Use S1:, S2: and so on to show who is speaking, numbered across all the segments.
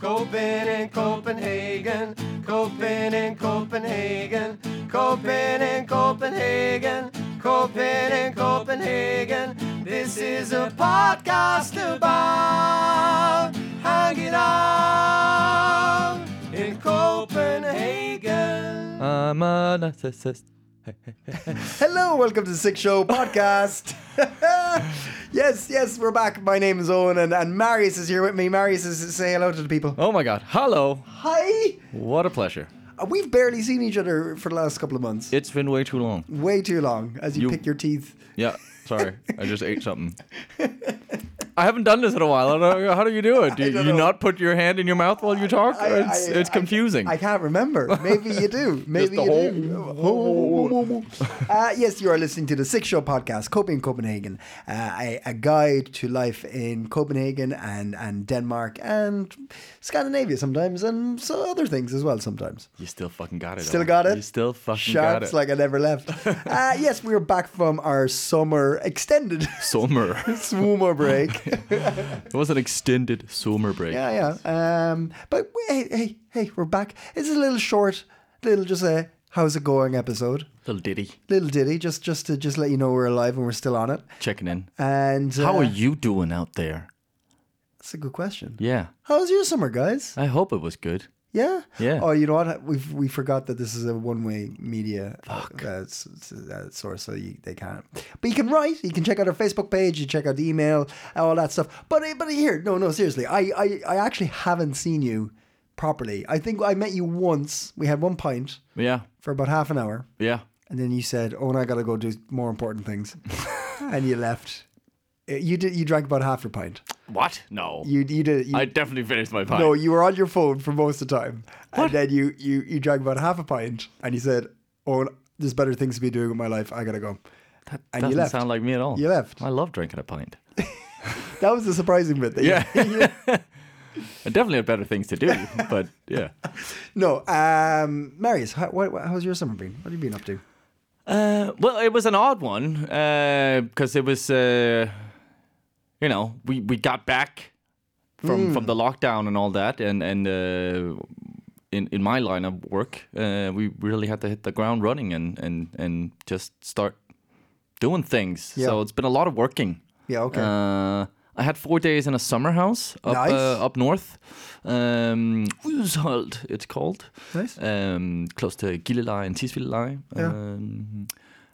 S1: Copen in Copenhagen, Copen in Copenhagen, Copen in Copenhagen, Copen in Copenhagen. This is a podcast about hanging out in Copenhagen.
S2: I'm a narcissist.
S3: Hello, welcome to the Sick Show podcast. yes, yes, we're back. My name is Owen, and, and Marius is here with me. Marius is say hello to the people.
S2: Oh my god. Hello.
S3: Hi.
S2: What a pleasure.
S3: Uh, We've barely seen each other for the last couple of months.
S2: It's been way too long.
S3: Way too long. As you,
S2: You-
S3: pick your teeth.
S2: Yeah. Sorry. I just ate something. I haven't done this in a while. I don't know- How do you do it? Do you
S3: don't know.
S2: not put your hand in your mouth while you talk?
S3: I-
S2: it's,
S3: I-
S2: it's
S3: I-
S2: confusing.
S3: I can't remember. Maybe you do. Maybe
S2: the
S3: you
S2: whole-
S3: do. Oh. uh, yes, you are listening to the Six Show podcast, Coping in Copenhagen, uh, a, a guide to life in Copenhagen and, and Denmark and Scandinavia sometimes, and so other things as well sometimes.
S2: you still fucking got it.
S3: Still
S2: Owen.
S3: got it.
S2: You still fucking
S3: Sharks
S2: got it.
S3: like I never left. uh, yes, we're back from our summer extended
S2: summer.
S3: swoomer break.
S2: it was an extended summer break.
S3: Yeah, yeah. Um, but we- hey, hey, hey, we're back. It's a little short, little just a how's it going episode,
S2: Little ditty.
S3: little ditty, just just to just let you know we're alive and we're still on it.
S2: Checking in.
S3: And uh,
S2: How are you doing out there?
S3: That's a good question.
S2: Yeah.
S3: How was your summer, guys?
S2: I hope it was good.
S3: Yeah.
S2: Yeah.
S3: Oh, you know what? We we forgot that this is a one-way media uh, s- s- uh, source, so you, they can't. But you can write. You can check out our Facebook page. You check out the email, all that stuff. But uh, but here, no, no, seriously, I, I I actually haven't seen you properly. I think I met you once. We had one pint
S2: Yeah.
S3: for about half an hour,
S2: Yeah.
S3: and then you said, "Oh, and I gotta go do more important things," and you left. Uh, You did. You drank about half your pint.
S2: What? No.
S3: You you did. You,
S2: I definitely finished my pie.
S3: no, you were on your phone for most of the time. And then you, you, you drank about half a pint and you said, Oh, there's better things to be doing with my life. I got to go. and you
S2: doesn't
S3: left.
S2: sound like me at all.
S3: You left.
S2: I love drinking a pint.
S3: That was the surprising bit. That you-
S2: Yeah. I definitely have better things to do, but yeah.
S3: no, um, Marius, how, what, what- how's your summer been? What have you been up to?
S2: Uh, well, it was an odd one because it was, uh, you know, we, we got back from
S3: Hmm.
S2: from the lockdown and all that, and and uh, in in my line of work, uh, we really had to hit the ground running and and and just start doing things.
S3: Yeah.
S2: So it's been a lot of working.
S3: Yeah, okay.
S2: Uh, I had four days in a summer house up
S3: Nice.
S2: uh, up north, um, Ushult it's called,
S3: Nice.
S2: um, close to Gilleleje and Tisvildeleje,
S3: Yeah.
S2: um,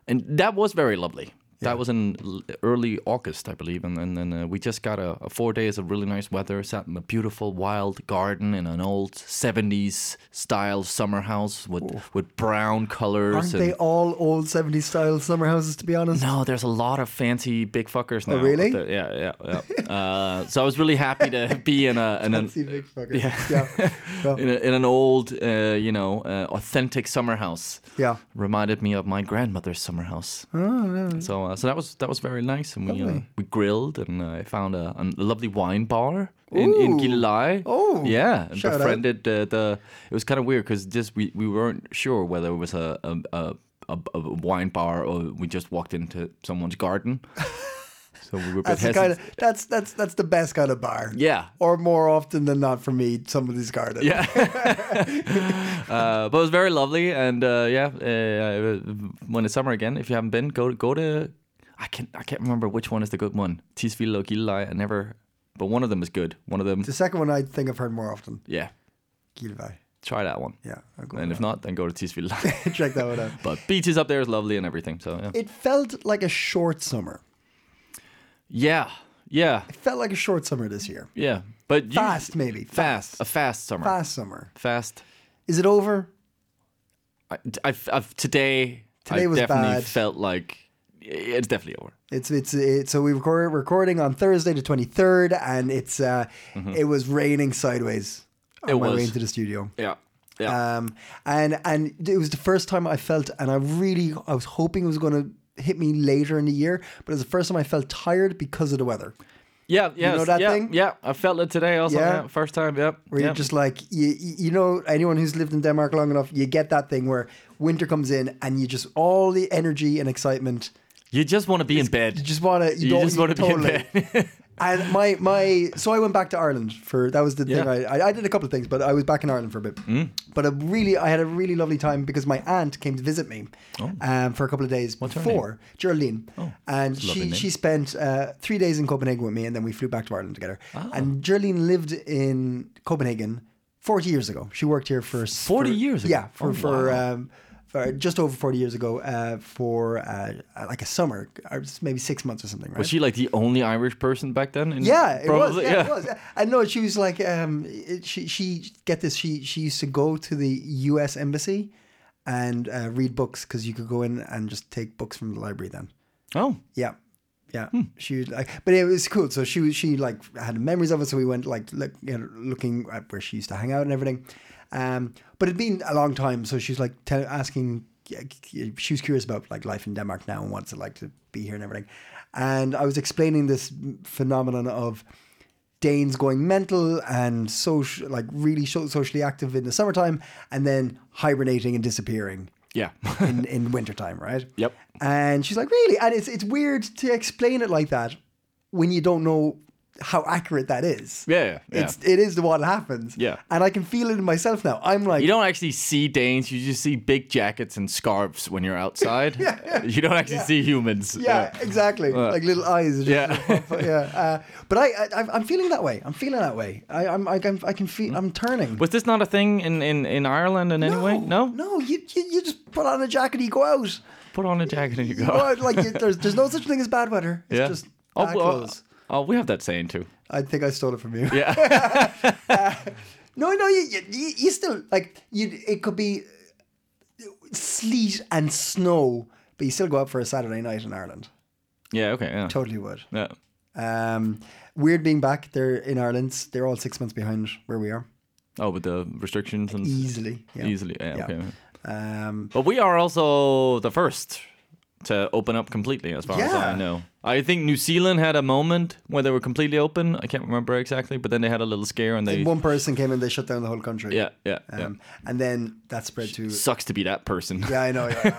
S2: and that was very lovely. That was in l- early August, I believe, and and then uh, we just got a, a four days of really nice weather. Sat in a beautiful wild garden in an old '70s style summer house with with brown colors.
S3: Aren't
S2: and-
S3: they all old 70s style summer houses, to be honest?
S2: no, there's a lot of fancy big fuckers now.
S3: really?
S2: The- yeah, yeah, yeah. uh, so I was really happy to be in a in, an,
S3: See, big fucker. Yeah. Yeah.
S2: in, a, in an old, uh, you know, uh, authentic summer house.
S3: Yeah. Oh,
S2: Reminded me of my grandmother's summer house. So, uh, so that was that was very nice, and we uh, we grilled, and I found a, a lovely wine bar in in
S3: Ooh.
S2: Gilleleje.
S3: Oh,
S2: yeah, and
S3: shout out.
S2: befriended uh, the. It was kind of weird because just we, we weren't sure whether it was a a, a a a wine bar or we just walked into someone's garden. so we were a bit
S3: That's the
S2: hesitant.
S3: kind of that's that's that's the best kind of bar.
S2: yeah.
S3: Or more often than not for me, somebody's garden.
S2: Yeah, uh, but it was very lovely, and uh, yeah, uh, when it's summer again, if you haven't been, go go to. I can't I can't remember which one is the good one. Tisvilde or Gilleleje. I never, but one of them is good. One of them,
S3: The second one I think I've heard more often.
S2: yeah,
S3: Gilvai.
S2: try that one.
S3: Yeah. I'll go
S2: And
S3: with
S2: if not, then go to Tisvilde.
S3: that. check that one out.
S2: But beaches up there is lovely and everything. So yeah.
S3: It felt like a short summer.
S2: yeah, yeah,
S3: It felt like a short summer this year.
S2: yeah. But you,
S3: Fast, maybe.
S2: fast, a fast summer, fast.
S3: Fast summer.
S2: fast.
S3: Is it over?
S2: I, I've, I've today.
S3: Today
S2: I
S3: was
S2: definitely
S3: bad.
S2: felt like it's definitely over.
S3: It's it's it, so we record recording on Thursday the twenty third, and it's uh, it was raining sideways on
S2: Mm-hmm. It
S3: my way
S2: was.
S3: into the studio.
S2: Yeah, yeah.
S3: Um, and and it was the first time I felt, and I really I was hoping it was going to hit me later in the year, but it was the first time I felt tired because of the weather.
S2: Yeah, yeah,
S3: know that
S2: yeah,
S3: thing?
S2: Yeah, I felt it today also.
S3: Yeah.
S2: Yeah, first time. Yep.
S3: where
S2: yeah.
S3: you're just like you, you you know anyone who's lived in Denmark long enough, you get that thing where winter comes in and you just all the energy and excitement.
S2: you just want to be in bed.
S3: You just want to. You,
S2: You
S3: don't,
S2: just want to be in
S3: totally.
S2: bed.
S3: and my my so I went back to Ireland for that was the thing
S2: Yeah. Mm.
S3: I, I I did a couple of things, but I was back in Ireland for a bit. But a really I had a really lovely time because my aunt came to visit me um, for a couple of days
S2: Oh. her Oh,
S3: before Geraldine, and
S2: a lovely
S3: she
S2: name.
S3: she spent uh, three days in Copenhagen with me, and then we flew back to Ireland together.
S2: Ah.
S3: And Geraldine lived in Copenhagen forty years ago. She worked here for s-
S2: 40
S3: for-
S2: years ago?
S3: Yeah, for
S2: Oh,
S3: for.
S2: wow.
S3: Um, for just over 40 years ago uh, for uh, like a summer or maybe six months or something right?
S2: Was she like the only Irish person back then? in-
S3: Yeah, it was.
S2: probably?
S3: Yeah, it was. I know she was like, um, it, she she get this. She she used to go to the U.S. embassy and uh, read books because you could go in and just take books from the library then.
S2: Oh,
S3: Yeah. Yeah, she was like, but it was cool. So she was, she like had memories of it. So we went like look, you know, looking at where she used to hang out and everything. Um, but it'd been a long time. So she's like tell, asking. She was curious about like life in Denmark now and what's it like to be here and everything. And I was explaining this phenomenon of Danes going mental and social, like really so- socially active in the summertime, and then hibernating and disappearing
S2: yeah.
S3: in, in wintertime, right?
S2: Yep.
S3: And she's like, really? And it's it's weird to explain it like that when you don't know how accurate that is.
S2: Yeah, yeah, yeah.
S3: It's it is what happens.
S2: Yeah.
S3: And I can feel it in myself now. I'm like
S2: You don't actually see Danes. You just see big jackets and scarves when you're outside. You don't actually see humans.
S3: yeah, exactly. like little eyes.
S2: Uh, Yeah.
S3: yeah. Uh, but I, I I'm- I'm feeling that way. I'm feeling that way. I I'm I can I can feel I'm turning.
S2: Was this not a thing in, in, in Ireland in any way? No?
S3: No, you, you you just put on a jacket and you go out.
S2: Put on a jacket and you
S3: You
S2: go.
S3: go out like you, there's there's no such thing as bad weather. It's
S2: yeah.
S3: just
S2: oh,
S3: bad
S2: well,
S3: clothes.
S2: oh, we have that saying too.
S3: I think I stole it from you.
S2: Yeah.
S3: No, no, you, you- you, you still like you. It could be sleet and snow, but you still go out for a Saturday night in Ireland.
S2: yeah, okay. Yeah.
S3: Totally would.
S2: yeah.
S3: Um, weird being back there in Ireland. They're all six months behind where we are,
S2: Oh, with the restrictions and
S3: easily. Yeah.
S2: easily. Yeah,
S3: Yeah.
S2: okay.
S3: Um,
S2: But we are also the first to open up completely, as far as I
S3: Yeah.
S2: know. I think New Zealand had a moment where they were completely open. I can't remember exactly, but then they had a little scare and they.
S3: one person came in, they shut down the whole country.
S2: Yeah, yeah, yeah.
S3: Um, and then that spread to.
S2: Sucks to be that person.
S3: Yeah, I know. yeah.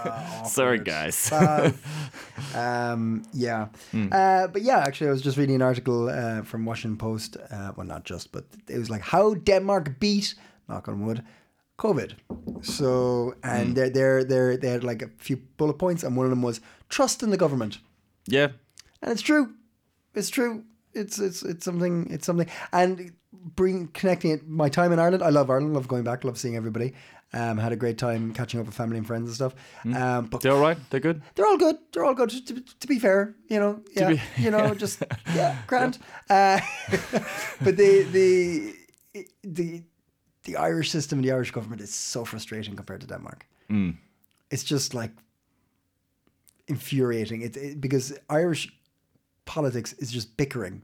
S3: Oh,
S2: Sorry,
S3: awkward.
S2: guys.
S3: Uh, um, yeah. Uh, but yeah, actually, I was just reading an article uh, from Washington Post. Uh, well, not just, but it was like how Denmark beat knock on wood COVID. So and they're they're they're they had like a few bullet points, and one of them was trust in the government,
S2: yeah.
S3: and it's true. It's true. It's it's it's something. It's something. And bring connecting it. My time in Ireland. I love Ireland. Love going back. Love seeing everybody. Um, had a great time catching up with family and friends and stuff. Um, but
S2: They're all right? They're good?
S3: they're all good. They're all good. To, to, to be fair, you know, yeah,
S2: be-
S3: you know, just yeah, grand. Uh, but the the the the Irish system and the Irish government is so frustrating compared to Denmark. It's just like infuriating. It, it because Irish politics is just bickering.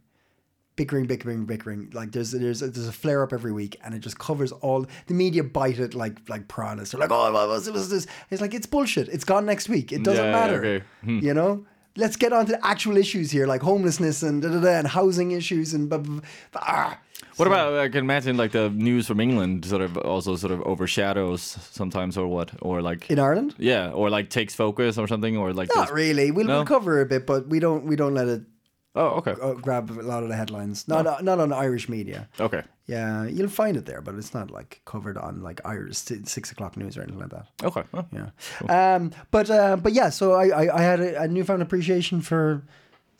S3: Bickering, bickering, bickering. Like there's there's a, there's a flare up every week, and it just covers all the media bite it like like piranhas. They're like, oh, what was, was this? It's like it's bullshit. It's gone next week. It doesn't
S2: Yeah, yeah,
S3: matter.
S2: okay. Hmm.
S3: You know, let's get on to the actual issues here, like homelessness and da da da, and housing issues and blah, blah, blah. Ah.
S2: What about I can imagine like the news from England sort of also sort of overshadows sometimes or what or like
S3: in Ireland.
S2: yeah or like takes focus or something or like
S3: Not
S2: this-
S3: really. We'll,
S2: No?
S3: we'll cover a bit, but we don't we don't let it
S2: oh okay
S3: uh, grab a lot of the headlines. Not not on Irish media.
S2: okay
S3: Yeah, you'll find it there, but it's not like covered on like Irish si- six o'clock news or anything like that.
S2: okay Oh,
S3: Yeah, um, but uh, but yeah, so I I, I had a, a newfound appreciation for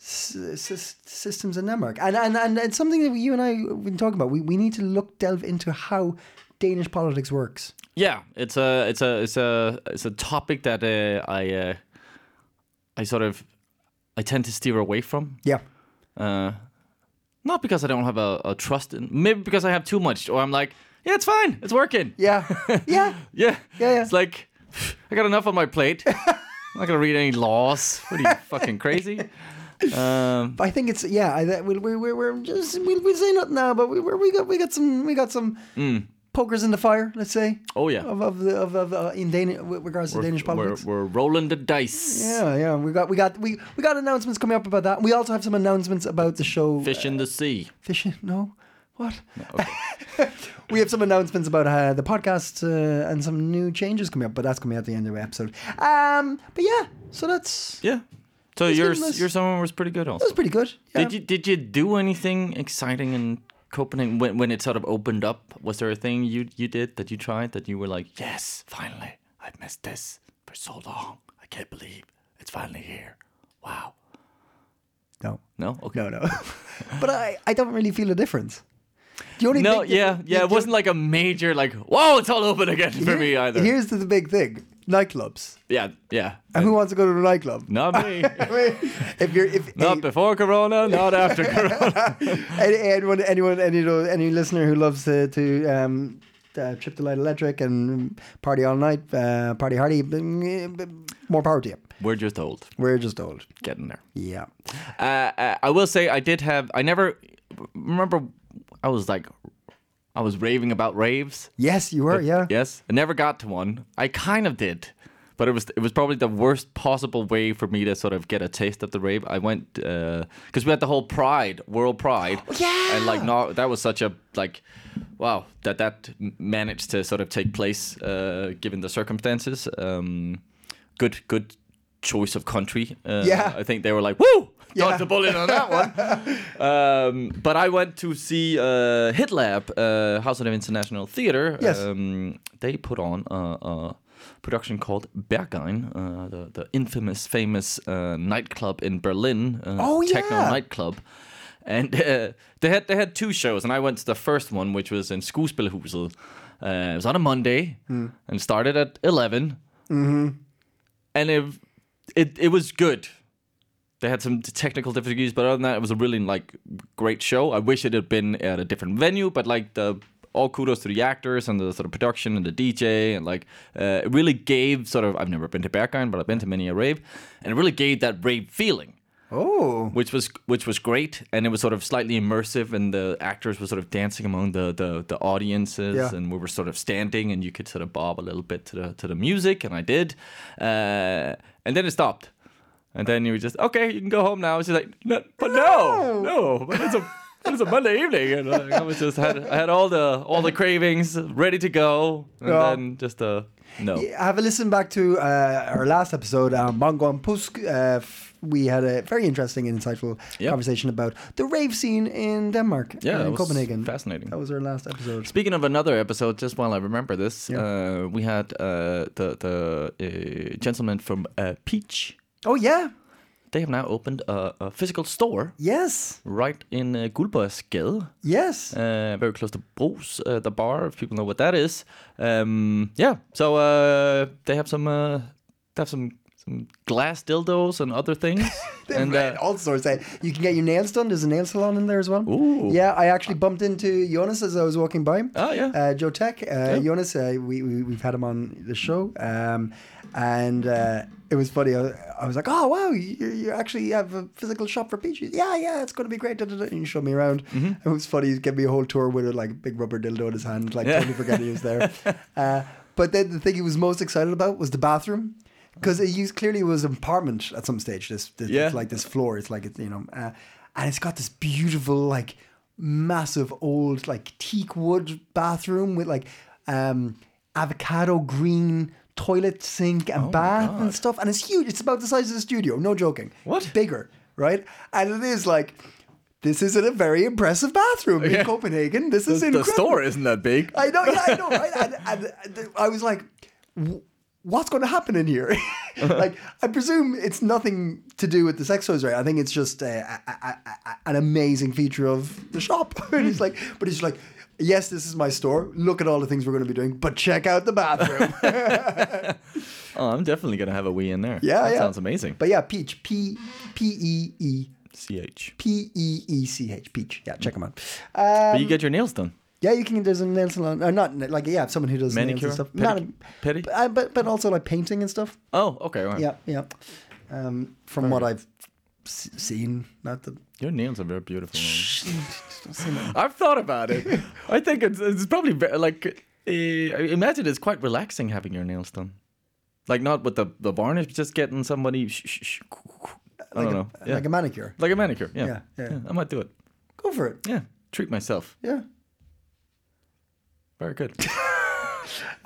S3: s- s- systems in Denmark, and and and it's something that you and I have been talking about. We we need to look delve into how Danish politics works.
S2: yeah it's a it's a it's a it's a topic that uh, I uh, I sort of I tend to steer away from
S3: Yeah,
S2: uh, not because I don't have a, a trust in maybe because I have too much or I'm like yeah it's fine it's working
S3: yeah, yeah,
S2: Yeah.
S3: Yeah, yeah.
S2: It's like, I got enough on my plate. I'm not going to read any laws. What are you, fucking crazy? Um,
S3: But I think it's yeah. I that we we we we're just we we say nothing now, but we we're, we got we got some we got some pokers in the fire. Let's say
S2: oh, yeah.
S3: of of the of, of uh, in Danish with regards to Danish
S2: we're,
S3: politics.
S2: we're rolling the dice.
S3: yeah, yeah, we got we got we, we got announcements coming up about that. We also have some announcements about the show
S2: Fish in the sea.
S3: Fishing? No. What? we have some announcements about uh, the podcast uh, and some new changes coming up, but that's coming at the end of the episode. Um, but yeah, so that's
S2: Yeah. So
S3: It's
S2: your
S3: been nice.
S2: your summer was pretty good
S3: That
S2: also.
S3: was pretty good. Yeah.
S2: Did you did you do anything exciting in Copenhagen when when it sort of opened up? Was there a thing you you did that you tried that you were like, yes, finally, I've missed this for so long. I can't believe it's finally here. Wow.
S3: No.
S2: No. Okay.
S3: No, no. but I, I don't really feel a difference. The only
S2: No,
S3: big
S2: yeah,
S3: difference-
S2: yeah. It wasn't like a major like, whoa, it's all open again for
S3: Here-
S2: me either.
S3: Here's the, the big thing nightclubs.
S2: Yeah, yeah.
S3: And who wants to go to a nightclub?
S2: Not me.
S3: I mean, if you're if
S2: not
S3: hey,
S2: before Corona, not after Corona.
S3: any, anyone anyone any of those- any listener who loves to to um, uh, trip the light electric and party all night, uh, party hardy, more power to you.
S2: We're just old,
S3: We're just old.
S2: getting there.
S3: Yeah.
S2: Uh, uh, I will say I did have. I never remember. I was like, I was raving about raves.
S3: Yes, you were. Yeah.
S2: Yes, I never got to one. I kind of did, but it was it was probably the worst possible way for me to sort of get a taste of the rave. I went because we had the whole Pride, World Pride,
S3: yeah.
S2: and like no, that was such a like, wow, that that m- managed to sort of take place uh, given the circumstances. Um, good, good choice of country. Uh,
S3: Yeah.
S2: I think they were like, woo,
S3: Yeah.
S2: dodged a bullet on that one. Um, but I went to see uh, Hit Lab, uh, House of International Theater.
S3: Yes.
S2: Um, they put on a, a production called Berghain, uh, the, the infamous, famous uh, nightclub in Berlin, uh,
S3: Oh,
S2: techno
S3: yeah.
S2: nightclub. And uh, they had they had two shows, and I went to the first one, which was in Skuespilhuset. Uh, it was on a Monday
S3: Hmm.
S2: and started at 11
S3: Mm-hmm.
S2: and it, it it was good. They had some technical difficulties, but other than that, it was a really like great show. I wish it had been at a different venue, but like the all kudos to the actors and the sort of production and the DJ and like uh, it really gave sort of I've never been to Berghain, but I've been to many a rave, and it really gave that rave feeling
S3: Oh.
S2: which was which was great and it was sort of slightly immersive and the actors were sort of dancing among the the, the audiences
S3: Yeah.
S2: and we were sort of standing and you could sort of bob a little bit to the to the music and I did uh, and then it stopped and then you were just okay you can go home now she's like no, but no no but it's a but it's a Monday evening and like, I was just had I had all the all the cravings ready to go and
S3: Yeah.
S2: then just uh no
S3: Yeah, Have a listen back to uh, our last episode on Bongo and Pusk. Uh, f- we had a very interesting, insightful
S2: Yeah.
S3: conversation about the rave scene in Denmark.
S2: Yeah,
S3: and
S2: that was
S3: in Copenhagen.
S2: fascinating.
S3: That was our last episode.
S2: Speaking of another episode, just while I remember this, uh, we had uh, the the uh, gentleman from uh, Peach.
S3: Oh yeah,
S2: They have now opened a, a physical store
S3: yes,
S2: right in uh, Guldborgsgade,
S3: yes.
S2: uh, very close to Bros, uh, the bar. If people know what that is, um, yeah. So uh, they have some uh, they have some some glass dildos and other things, and uh,
S3: all sorts. eh? You can get your nails done. There's a nail salon in there as well.
S2: Ooh.
S3: Yeah, I actually bumped into Jonas as I was walking by.
S2: Oh, yeah.
S3: Uh, Joe Tech, uh, Jonas. Uh, we, we we've had him on the show, um, and uh, it was funny. I, I was like, oh wow, you, you actually have a physical shop for peaches. Yeah, yeah, it's going to be great. da, da, da," And he showed me around.
S2: Mm-hmm.
S3: It was funny. He gave me a whole tour with a like big rubber dildo in his hand. Like totally forgot he was there. Uh, but then the thing he was most excited about was the bathroom. Because it used clearly was an apartment at some stage. This, this
S2: Yeah.
S3: like this floor. It's like it's you know, uh, and it's got this beautiful like massive old like teak wood bathroom with like um avocado green toilet sink
S2: Oh
S3: and bath and stuff, and it's huge. It's about the size of the studio. No joking.
S2: What?
S3: It's bigger, right? And it is like. This isn't a very impressive bathroom
S2: Yeah.
S3: in Copenhagen. This is
S2: the
S3: incredible.
S2: store isn't that big.
S3: I know, yeah, I know, right? And, and, and I was like, "W- what's going to happen in here?
S2: Uh-huh.
S3: like, I presume it's nothing to do with the sex toys, right? I think it's just uh, a, a, a, a- an amazing feature of the shop. and it's like, but it's like, yes, this is my store. Look at all the things we're going to be doing, but check out the bathroom.
S2: Oh, I'm definitely gonna have a wee in there.
S3: Yeah,
S2: that
S3: yeah.
S2: sounds amazing.
S3: but yeah, Peach, P P E E
S2: Ch.
S3: P E E C H, Peach. Yeah, check them out. Um,
S2: But you get your nails done.
S3: Yeah, you can. There's a nail salon, or not na- like yeah, someone who does
S2: Manicure?
S3: nails and stuff.
S2: Pedic-
S3: Not a,
S2: pedi?
S3: but, uh, but but also like painting and stuff.
S2: Oh, okay. Right.
S3: Yeah, yeah. Um, from what I've s- seen, not the.
S2: Your nails are very beautiful. I've thought about it. I think it's, it's probably ve- like uh, I imagine it's quite relaxing having your nails done, like not with the the varnish, but just getting somebody. Sh- sh- sh- I
S3: like
S2: don't
S3: a,
S2: know. Yeah.
S3: Like a manicure.
S2: Like a manicure. Yeah.
S3: Yeah, yeah.
S2: I might do it.
S3: Go for it.
S2: Yeah. Treat myself.
S3: Yeah.
S2: Very good.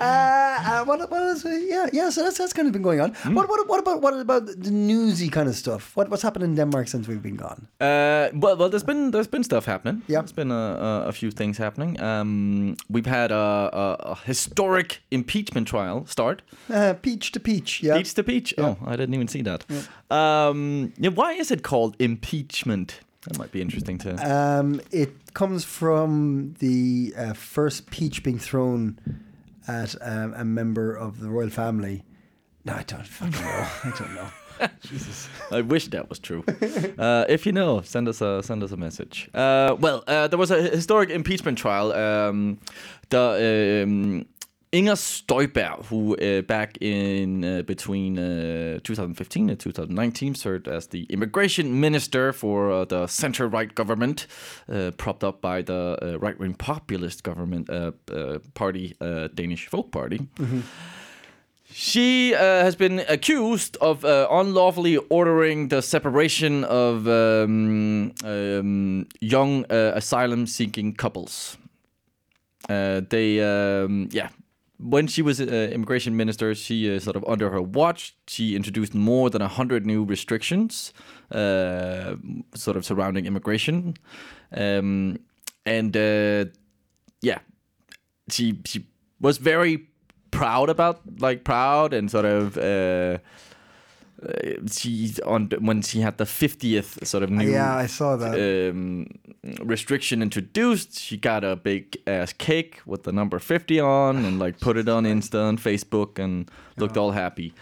S3: Uh, uh, what, what else? Uh, Yeah, yeah. So that's that's kind of been going on.
S2: Hmm.
S3: What, what what about what about the newsy kind of stuff? What what's happened in Denmark since we've been gone?
S2: Uh, well, well, there's been there's been stuff happening.
S3: Yeah.
S2: there's been a, a, a few things happening. Um, we've had a, a, a historic impeachment trial start.
S3: Uh, peach to peach. Yeah.
S2: Peach to peach. Oh, I didn't even see that. Um, yeah, why is it called impeachment? That might be interesting to.
S3: Um, it comes from the uh, first peach being thrown at um, a member of the royal family. No, I don't fucking know. I don't know.
S2: I wish that was true. uh, if you know, send us a send us a message. Uh, well, uh, there was a historic impeachment trial. Um, the um, Inger Støjberg, who uh, back in uh, between uh, 2015 and 2019 served as the immigration minister for uh, the center-right government, uh, propped up by the uh, right-wing populist government uh, uh, party, uh, Danish Folk Party. She uh, has been accused of uh, unlawfully ordering the separation of um, um, young uh, asylum-seeking couples. Uh, they, um, yeah, when she was uh, immigration minister, she uh, sort of under her watch, she introduced more than hundred new restrictions, uh, sort of surrounding immigration, um, and uh, yeah, she she was very proud about like proud and sort of uh, uh, she on when she had the 50th sort of new
S3: Yeah, I saw that.
S2: um, restriction introduced she got a big ass cake with the number 50 on and like put it on insta and facebook and looked all happy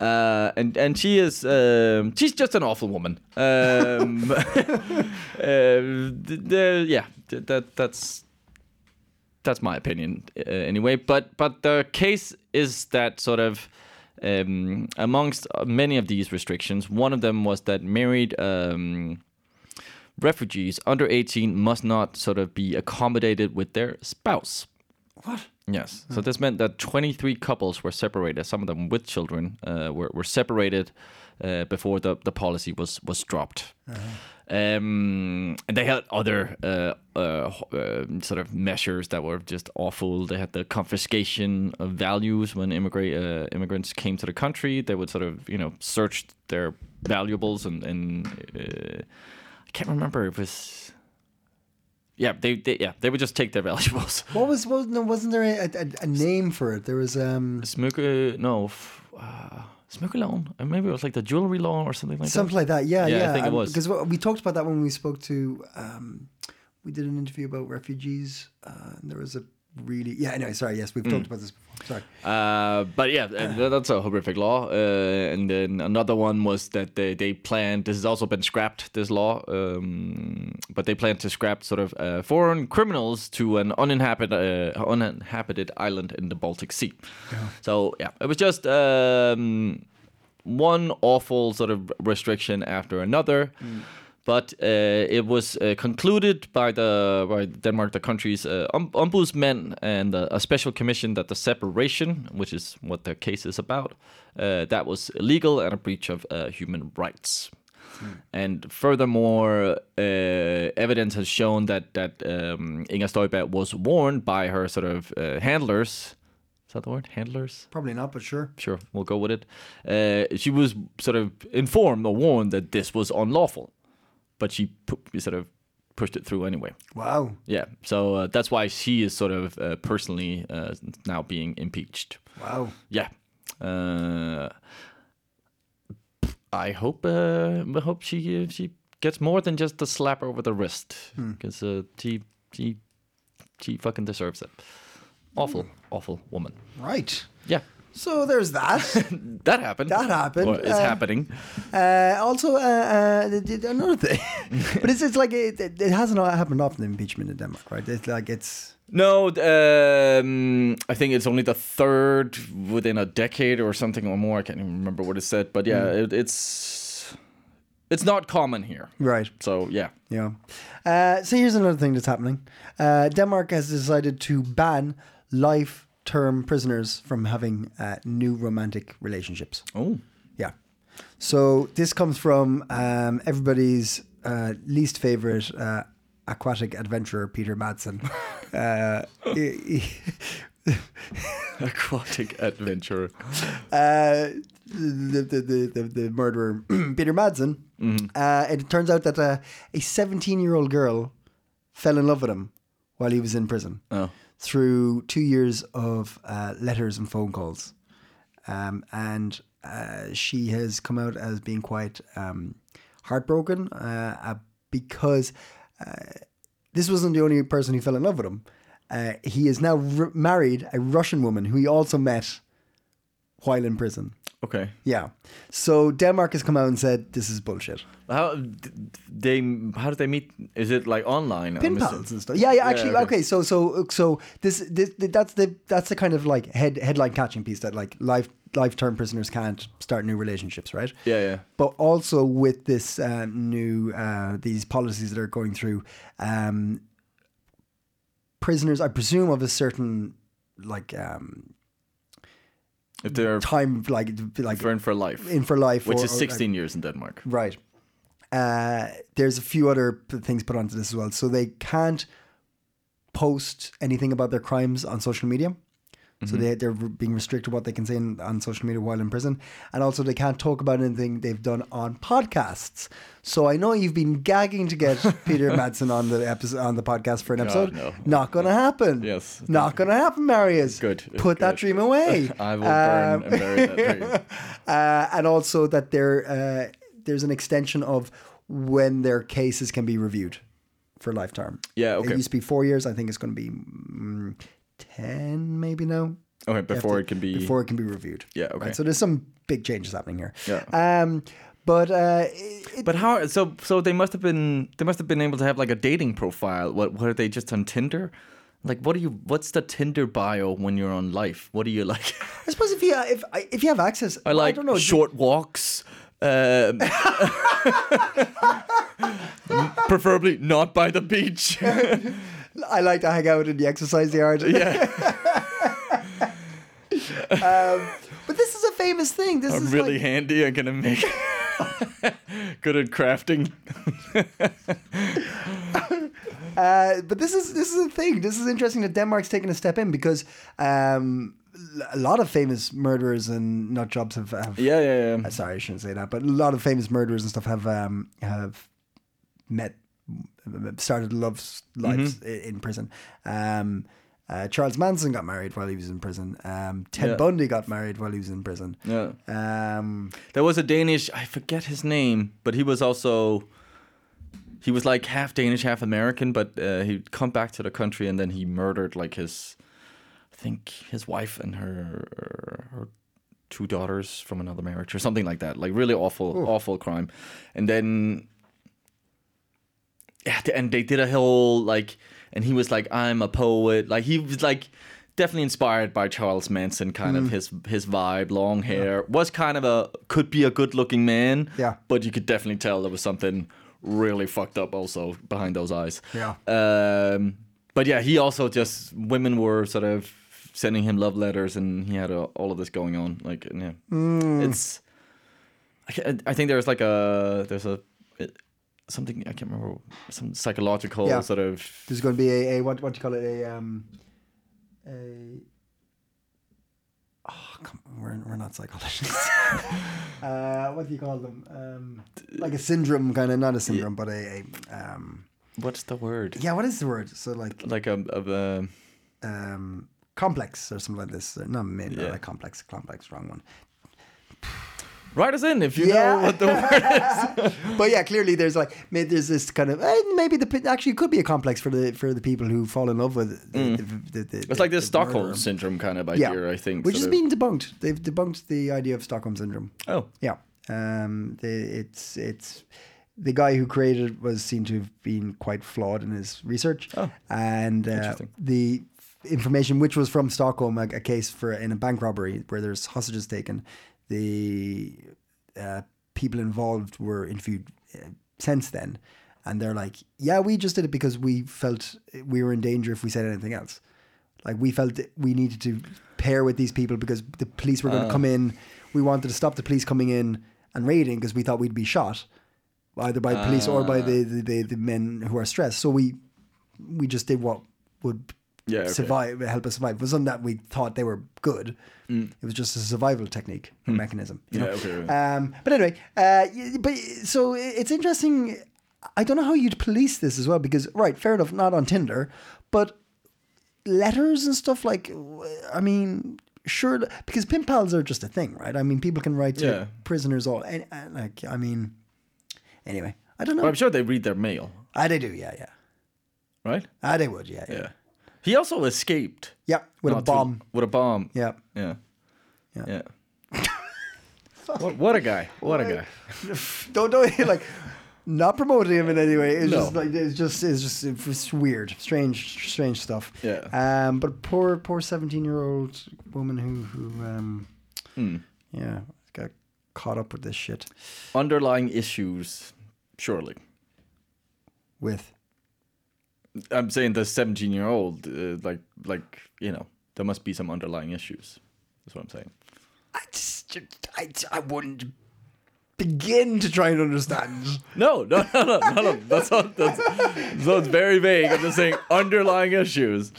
S2: uh, and and she is um, she's just an awful woman. Um, uh, th- th- yeah, th- that that's that's my opinion uh, anyway. But but the case is that sort of um, amongst many of these restrictions, one of them was that married um, refugees under 18 must not sort of be accommodated with their spouse.
S3: What?
S2: Yes. So this meant that 23 couples were separated. Some of them with children uh, were were separated uh, before the, the policy was was dropped. Um, and they had other uh, uh, ho- um sort of measures that were just awful. They had the confiscation of values when immigrate uh, immigrants came to the country. They would sort of you know search their valuables and and uh, I can't remember if it was. Yeah, they, they yeah they would just take their valuables.
S3: What was what? No, wasn't there a, a, a name for it? There was um
S2: Smukke, no, f- uh, smukkelagen. Uh, Maybe it was like the jewelry law or something like
S3: something like that. Yeah,
S2: Yeah,
S3: yeah.
S2: I think it
S3: um,
S2: was.
S3: because what- we talked about that when we spoke to. Um, we did an interview about refugees, uh, and there was a really yeah. Anyway, sorry. Yes,
S2: Hmm.
S3: we've talked about this before. Sorry.
S2: that. Uh, but yeah, uh, th- that's a horrific law. Uh, and then another one was that they, they planned, this has also been scrapped, this law, um, but they planned to scrap sort of uh, foreign criminals to an uninhabited, uh, uninhabited island in the Baltic Sea. So yeah, it was just. Um, one awful sort of restriction after another. But uh, it was uh, concluded by the by Denmark, the country's uh, um, ombudsman and uh, a special commission that the separation, which is what the case is about, uh, that was illegal and a breach of uh, human rights. And furthermore, uh, evidence has shown that that um, Inga Støjberg was warned by her sort of uh, handlers. Is that the word? Handlers
S3: Probably not, but sure.
S2: sure, we'll go with it. Uh, she was sort of informed or warned that this was unlawful, but she pu- sort of pushed it through anyway.
S3: Wow.
S2: Yeah, so uh, that's why she is sort of uh, personally uh, now being impeached.
S3: Wow.
S2: Yeah. Uh, I hope uh, I hope she she gets more than just a slap over the wrist because uh, she she she fucking deserves it. Awful, awful woman.
S3: Right.
S2: Yeah,
S3: So there's that.
S2: that happened.
S3: That happened.
S2: Or is
S3: Uh,
S2: happening.
S3: Uh, also, uh, uh, th- th- another thing, but it's, it's like it, it, it hasn't happened often impeachment in Denmark, right? It's like it's
S2: No, d- um, I think it's only the third within a decade or something or more. I can't even remember what it said, but yeah,
S3: Hmm.
S2: it, it's it's not common here.
S3: right.
S2: So yeah,
S3: Yeah. Uh, so here's another thing that's happening. Uh, Denmark has decided to ban life-term prisoners from having uh, new romantic relationships.
S2: oh,
S3: Yeah. So this comes from um, everybody's uh, least favorite uh, aquatic adventurer, Peter Madsen. Uh, he- he-
S2: Aquatic adventure.
S3: Uh, the, the, the, the, the murderer, Peter Madsen, uh, it turns out that uh, a 17 year old girl fell in love with him while he was in prison
S2: Oh.
S3: through two years of uh, letters and phone calls. Um, and uh, she has come out as being quite um, heartbroken uh, uh, because uh, this wasn't the only person who fell in love with him. Uh, he is now r- married a Russian woman who he also met while in prison.
S2: Okay.
S3: Yeah. So Denmark has come out and said this is bullshit.
S2: How d- they? How did they meet? Is it like online? I'm
S3: Pin
S2: assu-
S3: pals and stuff. Yeah, yeah. Actually,
S2: okay.
S3: okay. So, so, so this, this, that's the that's the kind of like head headline catching piece that like life life term prisoners can't start new relationships, right?
S2: Yeah, yeah.
S3: but also with this uh, new uh, these policies that are going through um, prisoners i presume of a certain like um,
S2: If they're
S3: time like like
S2: friend for life,
S3: in for life
S2: which
S3: or-
S2: is
S3: or-
S2: 16 years in Denmark.
S3: Right. Uh, there's a few other p- things put onto this as well. So they can't post anything about their crimes on social media. So
S2: Mm-hmm.
S3: they, they're re- being restricted what they can say in, on social media while in prison. And also they can't talk about anything they've done on podcasts. So I know you've been gagging to get Peter Madsen on the episode on the podcast for an episode.
S2: no.
S3: Not gonna happen.
S2: Yes.
S3: Not gonna happen, Marius.
S2: Good.
S3: Put that
S2: Good.
S3: dream away.
S2: I will burn
S3: Um,
S2: and bury that dream.
S3: uh, and also that there uh, there's an extension of when their cases can be reviewed for lifetime.
S2: Yeah, okay.
S3: It used to be four years. I think it's going to be mm, ten, maybe now.
S2: Okay, before it can be.
S3: before it can be reviewed.
S2: Yeah,
S3: Right,
S2: okay.
S3: So there's some big changes happening here.
S2: Yeah.
S3: Um, but uh, it,
S2: But how? So so they must have been they must have been able to have like a dating profile. What what are they just on Tinder? Like what do you? What's the Tinder bio when you're on life? What do you like?
S3: I suppose if you if if you have access,
S2: I like
S3: don't know. do-
S2: short walks. Um, preferably not by the beach.
S3: I like to hang out in the exercise yard.
S2: yeah,
S3: But this is a famous thing. This
S2: I'm
S3: is
S2: Oh, really
S3: like,
S2: handy. I'm gonna make good at crafting.
S3: Uh, but this is this is a thing. This is interesting that Denmark's taken a step in because um, l- a lot of famous murderers and nut jobs have. have
S2: Yeah, yeah, yeah.
S3: uh, Sorry, I shouldn't say that, but a lot of famous murderers and stuff have um, have met, started loves lives
S2: Mm-hmm.
S3: i- in prison. Um, uh, Charles Manson got married while he was in prison. Um, Ted
S2: Yeah.
S3: Bundy got married while he was in prison.
S2: Yeah.
S3: Um,
S2: There was a Danish, I forget his name, but he was also he was like half Danish, half American, but uh, he'd come back to the country and then he murdered like his I think his wife and her her two daughters from another marriage or something like that. Like really awful awful crime. And then yeah, th- and they did a whole like and he was like I'm a poet. Like he was like definitely inspired by Charles Manson kind of his his vibe, long hair. Was kind of a could be a good-looking man.
S3: Yeah.
S2: But you could definitely tell there was something really fucked up also behind those eyes.
S3: Yeah.
S2: Um but yeah, he also just women were sort of sending him love letters and he had uh all of this going on like and yeah.
S3: Hmm.
S2: It's I, can't- I think there's like a there's a uh, something I can't remember some psychological
S3: Yeah.
S2: sort of
S3: there's going to be a, a what what do you call it a um a oh come on, we're we're not psychologists. uh, what do you call them? Um, like a syndrome kind of not a syndrome but a, a um
S2: what's the word
S3: yeah what is the word? So like
S2: like a, of uh, a
S3: um complex or something like this. No, maybe not
S2: Yeah.
S3: a complex. Complex, wrong one.
S2: write us in if you know
S3: Yeah.
S2: what the word
S3: but yeah, clearly there's like maybe there's this kind of eh, maybe the pit- actually it could be a complex for the for the people who fall in love with the, the, the, the,
S2: Mm. it's like this
S3: the murderer.
S2: Stockholm syndrome kind of idea I think
S3: which
S2: sort
S3: has
S2: of.
S3: been debunked. They've debunked the idea of Stockholm syndrome.
S2: oh
S3: Yeah, um, the, it's it's the guy who created it was seen to have been quite flawed in his research,
S2: Oh.
S3: and uh,
S2: Interesting.
S3: the information which was from Stockholm, a, a case for in a bank robbery where there's hostages taken, the uh, people involved were interviewed uh, since then. And they're like, yeah, we just did it because we felt we were in danger if we said anything else. Like we felt that we needed to pair with these people because the police were going
S2: Oh.
S3: to come in. We wanted to stop the police coming in and raiding because we thought we'd be shot, either by the
S2: Ah.
S3: police or by the, the, the, the men who are stressed. So we we just did what would
S2: Yeah, okay.
S3: survive, help us survive. It wasn't that we thought they were good. It was just a survival technique or mechanism. You know?
S2: Mm. Hmm. Yeah, okay, right.
S3: Um, but anyway, uh, y- but so i- it's interesting. I don't know how you'd police this as well because right, fair enough, not on Tinder, but letters and stuff like, w- I mean, sure, because pin pals are just a thing, right? I mean, people can write to
S2: Yeah.
S3: prisoners all, and, and like, I mean, anyway, I don't know.
S2: Well, I'm sure they read their mail,
S3: ah, they do, yeah, yeah.
S2: right?
S3: Ah, they would, yeah, yeah, yeah,
S2: Yeah. He also escaped
S3: with a
S2: not too-
S3: bomb,
S2: with a bomb.
S3: yeah.
S2: Yeah.
S3: Yeah.
S2: Yeah. what, what a guy. What a guy.
S3: don't don't like not promoting him in any way. It's
S2: No.
S3: just like it's just it's just it's weird, strange, strange stuff.
S2: Yeah.
S3: Um, but poor poor seventeen year old woman who who um,
S2: Hmm.
S3: yeah, got caught up with this shit
S2: Underlying issues, surely.
S3: with.
S2: I'm saying the 17 year old, uh, like, like you know, there must be some underlying issues. That's what I'm saying.
S3: I just I, I wouldn't begin to try and understand.
S2: No, no, no, no, no, no. That's not. That's, that's very vague. I'm just saying underlying issues.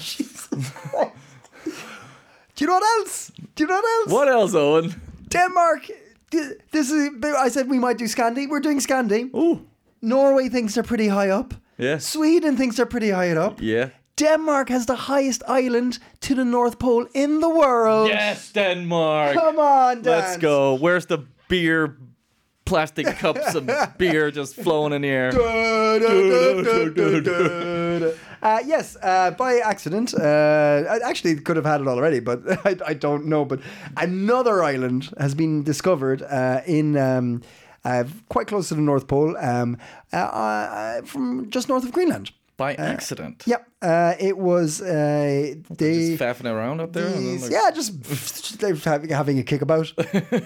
S3: Do you know what else? Do you know what else?
S2: What else, Owen?
S3: Denmark. th- This is. I said we might do Scandi. We're doing Scandi.
S2: Ooh,
S3: Norway thinks they're pretty high up.
S2: Yeah.
S3: Sweden thinks they're pretty high up.
S2: yeah.
S3: Denmark has the highest island to the North Pole in the world.
S2: Yes, Denmark.
S3: Come on, Dan.
S2: Let's go. Where's the beer? Plastic cups of beer just flowing in the air.
S3: Uh, yes, uh, by accident. Uh, I actually could have had it already, but I, I don't know. But another island has been discovered uh, in um, uh, quite close to the North Pole, um, uh, uh, from just north of Greenland.
S2: By accident.
S3: Yep, uh, it was uh, they.
S2: Just faffing around up there. and then,
S3: These-
S2: like-
S3: yeah, just they're having, having a kickabout,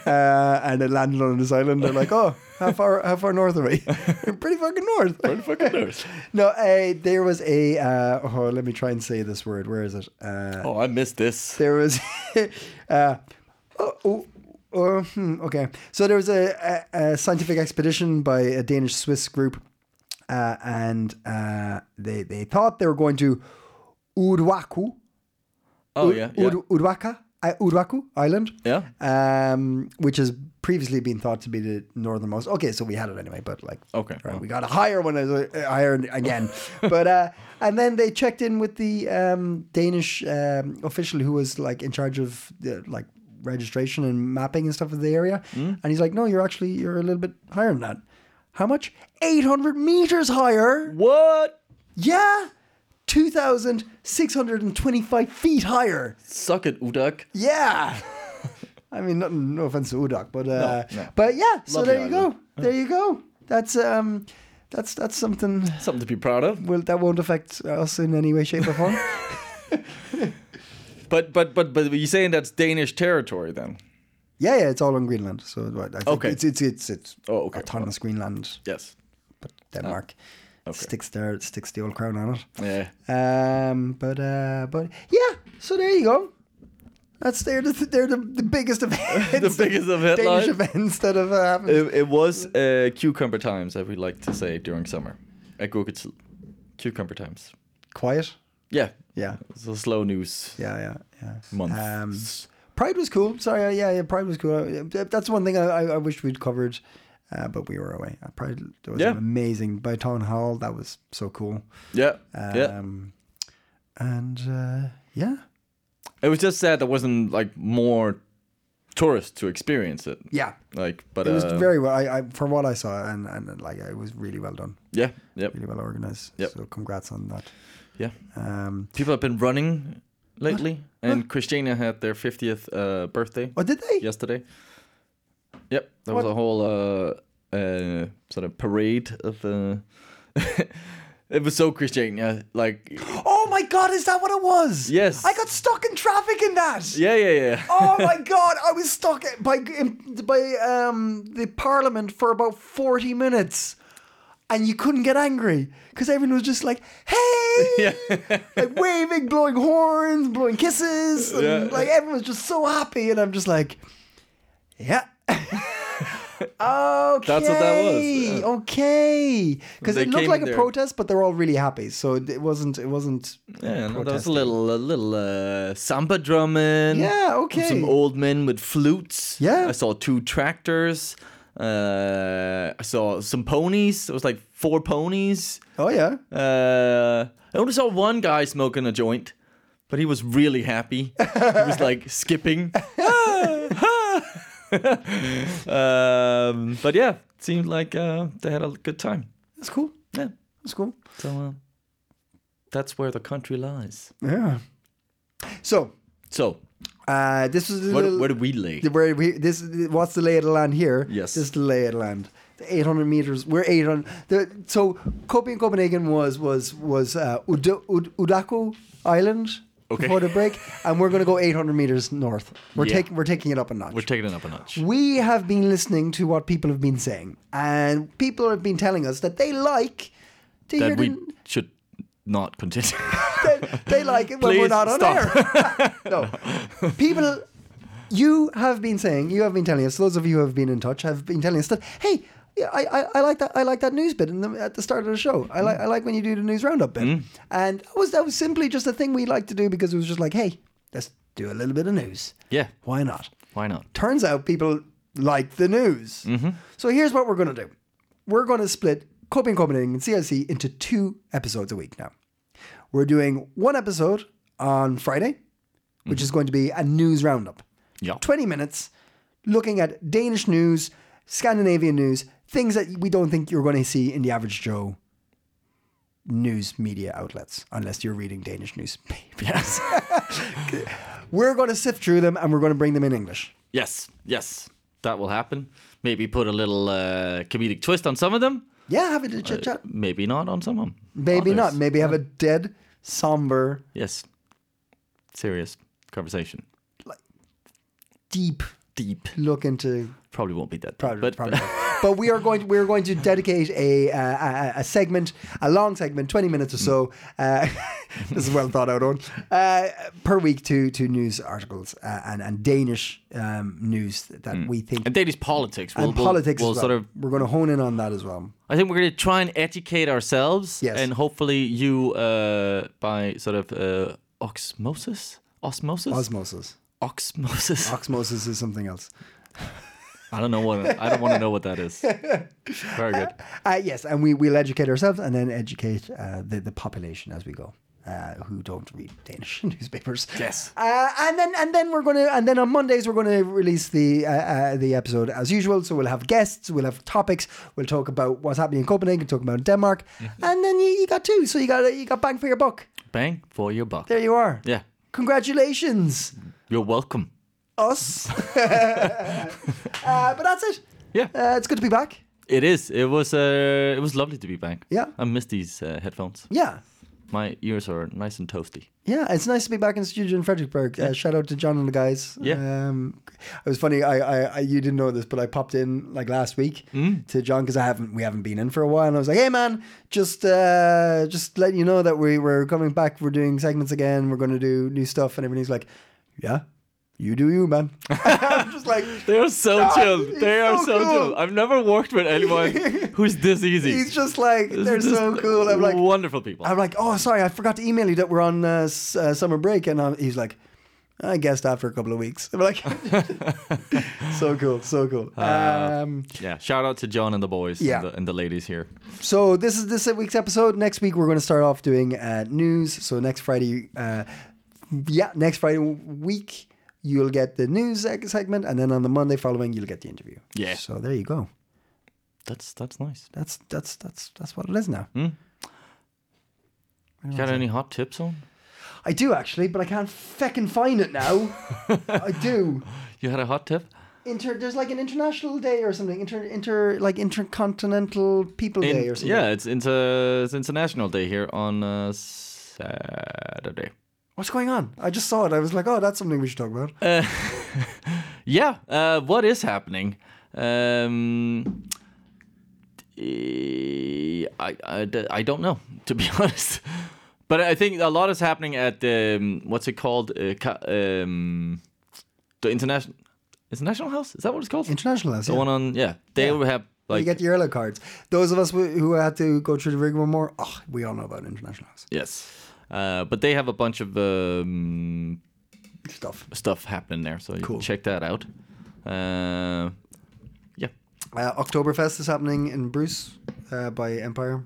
S3: uh, and it landed on this island. They're like, "Oh, how far? How far north are we? We're pretty fucking north."
S2: Where the fuck are those?
S3: no, uh, there was a. Uh, oh, let me try and say this word. Where is it? Uh,
S2: Oh, I missed this.
S3: there was. uh, oh, oh, oh, hmm, okay. So there was a, a, a scientific expedition by a Danish Swiss group, uh, and uh, they they thought they were going to Urwaku.
S2: Oh yeah, yeah.
S3: Ur- Urwaka, I- Urwaku Island.
S2: Yeah.
S3: Um, which has previously been thought to be the northernmost. Okay, so we had it anyway, but like,
S2: Okay.
S3: right, we got a higher one, uh, higher again. but uh, and then they checked in with the um, Danish um, official who was like in charge of the, like registration and mapping and stuff of the area, and he's like, "No, you're actually you're a little bit higher than that. How much? Eight hundred meters higher.
S2: What?
S3: Yeah." 2,625 feet higher.
S2: Suck it, Udak.
S3: Yeah. I mean, not, no offense to Udak, but uh,
S2: no.
S3: but yeah. So
S2: Lovely
S3: there you go.
S2: island.
S3: There you go. That's um, that's that's something.
S2: Something to be proud of.
S3: Will that won't affect us in any way, shape, or form?
S2: But but but but you're saying that's Danish territory then?
S3: yeah, yeah. It's all on Greenland. So right, I think
S2: Okay.
S3: it's it's it's it's
S2: Oh, okay.
S3: autonomous Greenland,
S2: Yes.
S3: but Denmark
S2: okay.
S3: sticks there sticks the old crown on it.
S2: Yeah.
S3: Um, but uh, but yeah. So there you go. That's they're the they're the, the biggest events,
S2: biggest of
S3: Danish
S2: headline.
S3: events that have uh, happened.
S2: It, it was uh, cucumber times, as we like to say during summer. At Gurkitzel. Cucumber times.
S3: Quiet.
S2: Yeah.
S3: Yeah.
S2: So slow news
S3: Yeah, yeah, yeah.
S2: month.
S3: Um, Pride was cool. Sorry, uh, yeah, yeah. Pride was cool. Uh, th- That's one thing I, I, I wish we'd covered, uh, but we were away. Uh, Pride was
S2: Yeah.
S3: amazing by Town Hall. That was so cool.
S2: yeah.
S3: Um,
S2: yeah.
S3: And uh, yeah,
S2: It was just sad there wasn't like more tourists to experience it.
S3: yeah.
S2: Like, but
S3: It was
S2: uh,
S3: very well. I, I from what I saw, and and uh, like it was really well done,
S2: yeah, yeah,
S3: really well organized.
S2: Yep.
S3: So congrats on that.
S2: yeah.
S3: Um,
S2: People have been running lately, and Christina had their 50th uh, birthday
S3: oh, did they?
S2: yesterday. Yep, there
S3: What?
S2: was a whole uh, uh, sort of parade of. Uh, it was so Christina, like
S3: Oh my God, is that what it was?
S2: Yes.
S3: I got stuck in traffic in that.
S2: yeah, yeah, yeah.
S3: oh my god, I was stuck at- by in- by um, the Parliament for about forty minutes, and you couldn't get angry because everyone was just like, "Hey!"
S2: Yeah.
S3: like waving, blowing horns, blowing kisses, and
S2: Yeah.
S3: like everyone was just so happy, and I'm just like, "Yeah." Okay.
S4: That's what that was, yeah.
S3: Okay. Because
S4: They
S3: it looked
S4: came
S3: like
S4: in
S3: a
S4: there.
S3: protest, but they're all really happy. So it it wasn't. It wasn't.
S4: Yeah, no, there was a
S3: protesting.
S4: little, a little uh, samba drumming.
S3: Yeah, okay.
S4: Some old men with flutes.
S3: Yeah.
S4: I saw two tractors. Uh, I saw some ponies. It was like four ponies.
S3: Oh yeah.
S4: Uh, I only saw one guy smoking a joint, but he was really happy. he was like skipping. um, but yeah, it seemed like uh, they had a good time.
S3: That's cool.
S4: Yeah.
S3: That's cool.
S4: So uh, that's where the country lies.
S3: Yeah. So
S4: So
S3: uh, this was
S4: what, where do we lay?
S3: The- where we this what's the lay of the land here?
S4: Yes.
S3: this is the lay of the land. The 800 meters. We're 800. The, so Copenhagen, Copenhagen was was was uh, Udo, Ud, Udaku Island
S2: Okay.
S3: before the break, and we're going to go 800 meters north. We're
S2: Yeah.
S3: taking we're taking it up a notch.
S2: We're taking it up a notch.
S3: We have been listening to what people have been saying, and people have been telling us that they like to hear
S2: That we
S3: the,
S2: should not continue.
S3: that they like it when we're
S2: Please
S3: not on
S2: stop.
S3: air. no. People, you have been saying, you have been telling us, those of you who have been in touch have been telling us that, hey, yeah, I, I, I like that I like that news bit in the, at the start of the show. I like I like when you do the news roundup bit,
S2: Mm.
S3: and that was that was simply just a thing we like to do because it was just like, hey, let's do a little bit of news.
S2: yeah.
S3: Why not?
S2: Why not?
S3: turns out people like the news. So here's what we're going to do we're going to split Coping Copenhagen and CLC into two episodes a week now. We're doing one episode on Friday, which is going to be a news roundup.
S2: Yeah.
S3: 20 minutes looking at Danish news, Scandinavian news, things that we don't think you're going to see in the average Joe news media outlets unless you're reading Danish newspapers.
S2: Yes.
S3: We're going to sift through them and we're going to bring them in English.
S2: yes. Yes. That will happen. Maybe put a little uh, comedic twist on some of them.
S3: Yeah, have a chit chat.
S2: Maybe not on some of them.
S3: Maybe not.
S2: Others.
S3: Maybe have a dead, somber,
S2: Yes. Serious conversation.
S3: deep
S2: Deep.
S3: look into.
S2: Probably won't be that. deep,
S3: Probably,
S2: but
S3: probably. but we are going. To, we are going to dedicate a, uh, a a segment, a long segment, twenty minutes or so. Uh, this is well thought out on uh, per week to to news articles uh, and and Danish um, news that we think
S2: Hmm. and Danish politics. We'll,
S3: and
S2: we'll-
S3: politics.
S2: We'll,
S3: as well.
S2: sort of.
S3: We're going to hone in on that as well.
S2: I think we're going to try and educate ourselves,
S3: Yes.
S2: and hopefully you, uh, by sort of uh, osmosis, osmosis,
S3: Osmosis.
S2: osmosis.
S3: Osmosis is something else.
S2: I don't know what. I don't want to know what that is. Very good.
S3: Uh, yes, and we will educate ourselves and then educate uh, the, the population as we go. Uh, who don't read Danish newspapers?
S2: Yes.
S3: uh, and then and then we're gonna and then on Mondays we're gonna release the uh, uh, the episode as usual. So we'll have guests, we'll have topics, we'll talk about what's happening in Copenhagen, talk about Denmark,
S2: Mm-hmm.
S3: and then you, you got two, so you got you got bang for your buck.
S2: Bang for your buck.
S3: There you are.
S2: Yeah,
S3: Congratulations,
S2: you're welcome.
S3: us. uh, but that's it.
S2: Yeah.
S3: uh, it's good to be back.
S2: It is. It was. Uh, it was lovely to be back.
S3: Yeah.
S2: I miss these uh, headphones.
S3: Yeah.
S2: My ears are nice and toasty.
S3: Yeah, it's nice to be back in studio in Frederickburg. Uh, shout out to John and the guys.
S2: Yeah.
S3: um, it was funny. I, I, I, you didn't know this, but I popped in like last week
S2: Mm.
S3: to John because I haven't, we haven't been in for a while, and I was like, "Hey, man, just, uh, just letting you know that we we're coming back. We're doing segments again. We're going to do new stuff." And everybody's like, "Yeah, you do you, man." I'm just like,
S2: They are so
S3: Ah,
S2: chill.
S3: he's
S2: They are
S3: so
S2: so
S3: cool.
S2: chill. I've never worked with anyone who's this easy.
S3: he's just like,
S2: This is
S3: they're so
S2: just
S3: cool. I'm like,
S2: wonderful people.
S3: I'm like, oh, sorry, I forgot to email you that we're on uh, s- uh, summer break, and uh, he's like, I guessed after a couple of weeks. I'm like, so cool, so cool. um,
S2: yeah. Shout out to John and the boys.
S3: Yeah.
S2: And the, and the ladies here.
S3: so this is this week's episode. Next week we're going to start off doing uh, news. So next Friday, uh, yeah, next Friday week you'll get the news seg- segment, and then on the Monday following you'll get the interview.
S2: Yeah.
S3: So there you go.
S2: That's that's nice.
S3: That's that's that's that's what it is now.
S2: Got any hot tips on?
S3: I do actually, but I can't feckin' find it now. I do.
S2: You had a hot tip?
S3: Inter, there's like an international day or something. Inter, inter, like intercontinental people
S2: In-
S3: day or something.
S2: yeah, it's inter it's International Day here on uh, Saturday.
S3: What's going on? I just saw it. I was like, oh, that's something we should talk about.
S2: Yeah. Uh, what is happening? Um, eh, I, I, d- I don't know, to be honest. But I think a lot is happening at um, what's it called? Uh, ca- um, the international. Is it National House? Is that what it's called?
S3: International house.
S2: The
S3: yeah.
S2: one on yeah. They would have like
S3: you get your yellow cards. Those of us who who had to go through the rigmarole, oh, we all know about international house
S2: yes, uh, but they have a bunch of um,
S3: stuff.
S2: stuff happening there, so you
S3: Cool.
S2: can check that out. Uh, yeah,
S3: Uh, Oktoberfest is happening in Bruce uh, by Empire.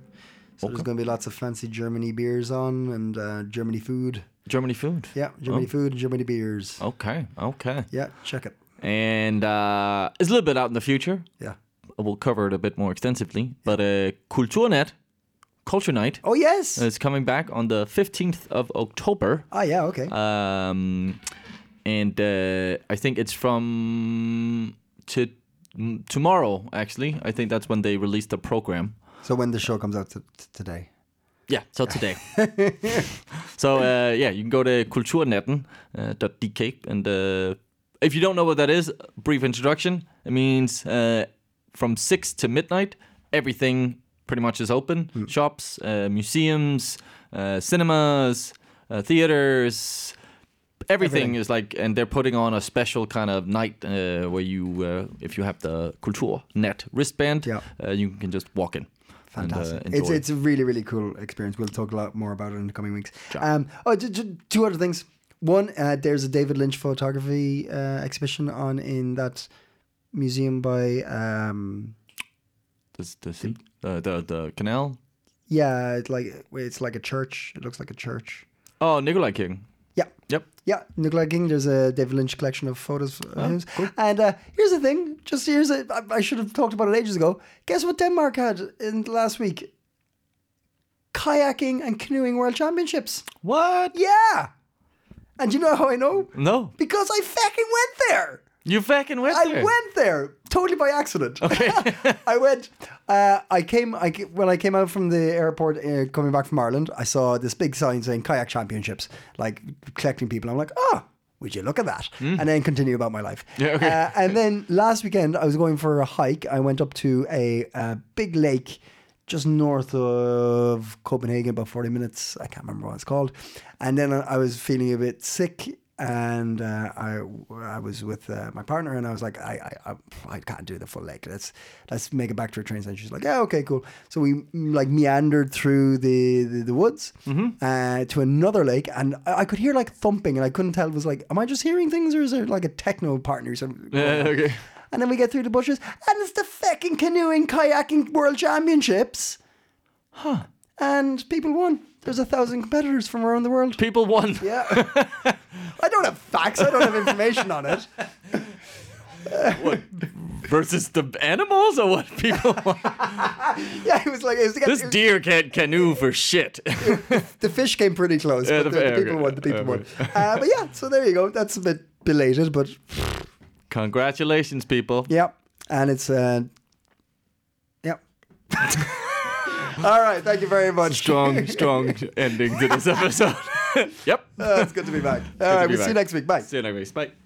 S3: So there's going to be lots of fancy Germany beers on and uh, Germany food.
S2: Germany food.
S3: Yeah, Germany food and Germany
S2: Oh.
S3: beers.
S2: Okay, okay,
S3: Yeah, check it.
S2: and uh, it's a little bit out in the future.
S3: Yeah.
S2: We'll cover it a bit more extensively, but uh, Kulturnet, Culture Night,
S3: Oh, yes.
S2: is coming back on the fifteenth of October.
S3: ah, yeah, okay.
S2: uh, Um, and uh, I think it's from to m- tomorrow. Actually, I think that's when they release the program.
S3: so when the show comes out t- t- today.
S2: Yeah, so today. so uh, yeah, you can go to kulturnetten.dk and uh, if you don't know what that is, brief introduction. It means uh, from six to midnight, everything pretty much is open:
S3: Hmm.
S2: shops, uh, museums, uh, cinemas, uh, theaters. Everything, is like, and they're putting on a special kind of night uh, where you, uh, if you have the Kulturnet wristband,
S3: Yeah.
S2: uh, you can just walk in. and, uh,
S3: Fantastic. it's
S2: enjoy.
S3: it's a really really cool experience. We'll talk a lot more about it in the coming weeks.
S2: Sure.
S3: Um, oh, ju- ju- two other things. One, uh, there's a David Lynch photography uh, exhibition on in that museum by um,
S2: the the sea, the, the the canal.
S3: yeah, it's like it's like a church. It looks like a church.
S2: Oh, Nikolai King.
S3: Yeah.
S2: Yep.
S3: Yeah, Nicola King. There's a David Lynch collection of photos of
S2: Oh,
S3: his. And uh, here's the thing. Just here's a. I, I should have talked about it ages ago. Guess what Denmark had in last week? Kayaking and canoeing world championships.
S2: What?
S3: Yeah. And you know how I know?
S2: No,
S3: Because I fucking went there.
S2: you fucking went
S3: I
S2: there.
S3: went there totally by accident. Okay. I went. Uh, I came. I ca- when I came out from the airport uh, coming back from Ireland, I saw this big sign saying kayak championships, like collecting people. I'm like, oh, would you look at that? And then continue about my life.
S2: Hmm. Yeah, okay.
S3: Uh, and then last weekend, I was going for a hike. I went up to a, uh big lake. Just north of Copenhagen, about 40 minutes. I can't remember what it's called. And then I I was feeling a bit sick and uh, I I was with uh, my partner, and I was like, I, I I I can't do the full lake. Let's let's make it back to a train station. She's like, Yeah, okay, cool. So we mm, like meandered through the the, the woods
S2: Mm-hmm.
S3: uh, to another lake, and I, I could hear like thumping, and I couldn't tell. It was like, am I just hearing things, or is there like a techno partner? or something?
S2: Yeah, okay.
S3: And then we get through the bushes, and it's the fucking canoeing kayaking world championships. Huh. And people won. There's a thousand competitors from around the world.
S2: People won.
S3: Yeah. I don't have facts. I don't have information on it.
S2: Versus the animals or what? People won.
S3: Yeah, it was like it was,
S2: this
S3: it was-
S2: deer can't canoe for shit.
S3: the fish came pretty close.
S2: Yeah,
S3: but
S2: the-
S3: the, the
S2: yeah,
S3: people
S2: okay.
S3: won. The people
S2: Yeah,
S3: won. Uh, but yeah, so there you go. That's a bit belated, but
S2: Congratulations, people.
S3: yeah. And it's uh, yeah. All right. Thank you very much.
S2: Strong, strong ending to this episode. yep.
S3: Uh, it's good to be back. All right.
S2: be
S3: We'll see you
S2: back.
S3: next week. Bye.
S2: See you next week. Bye.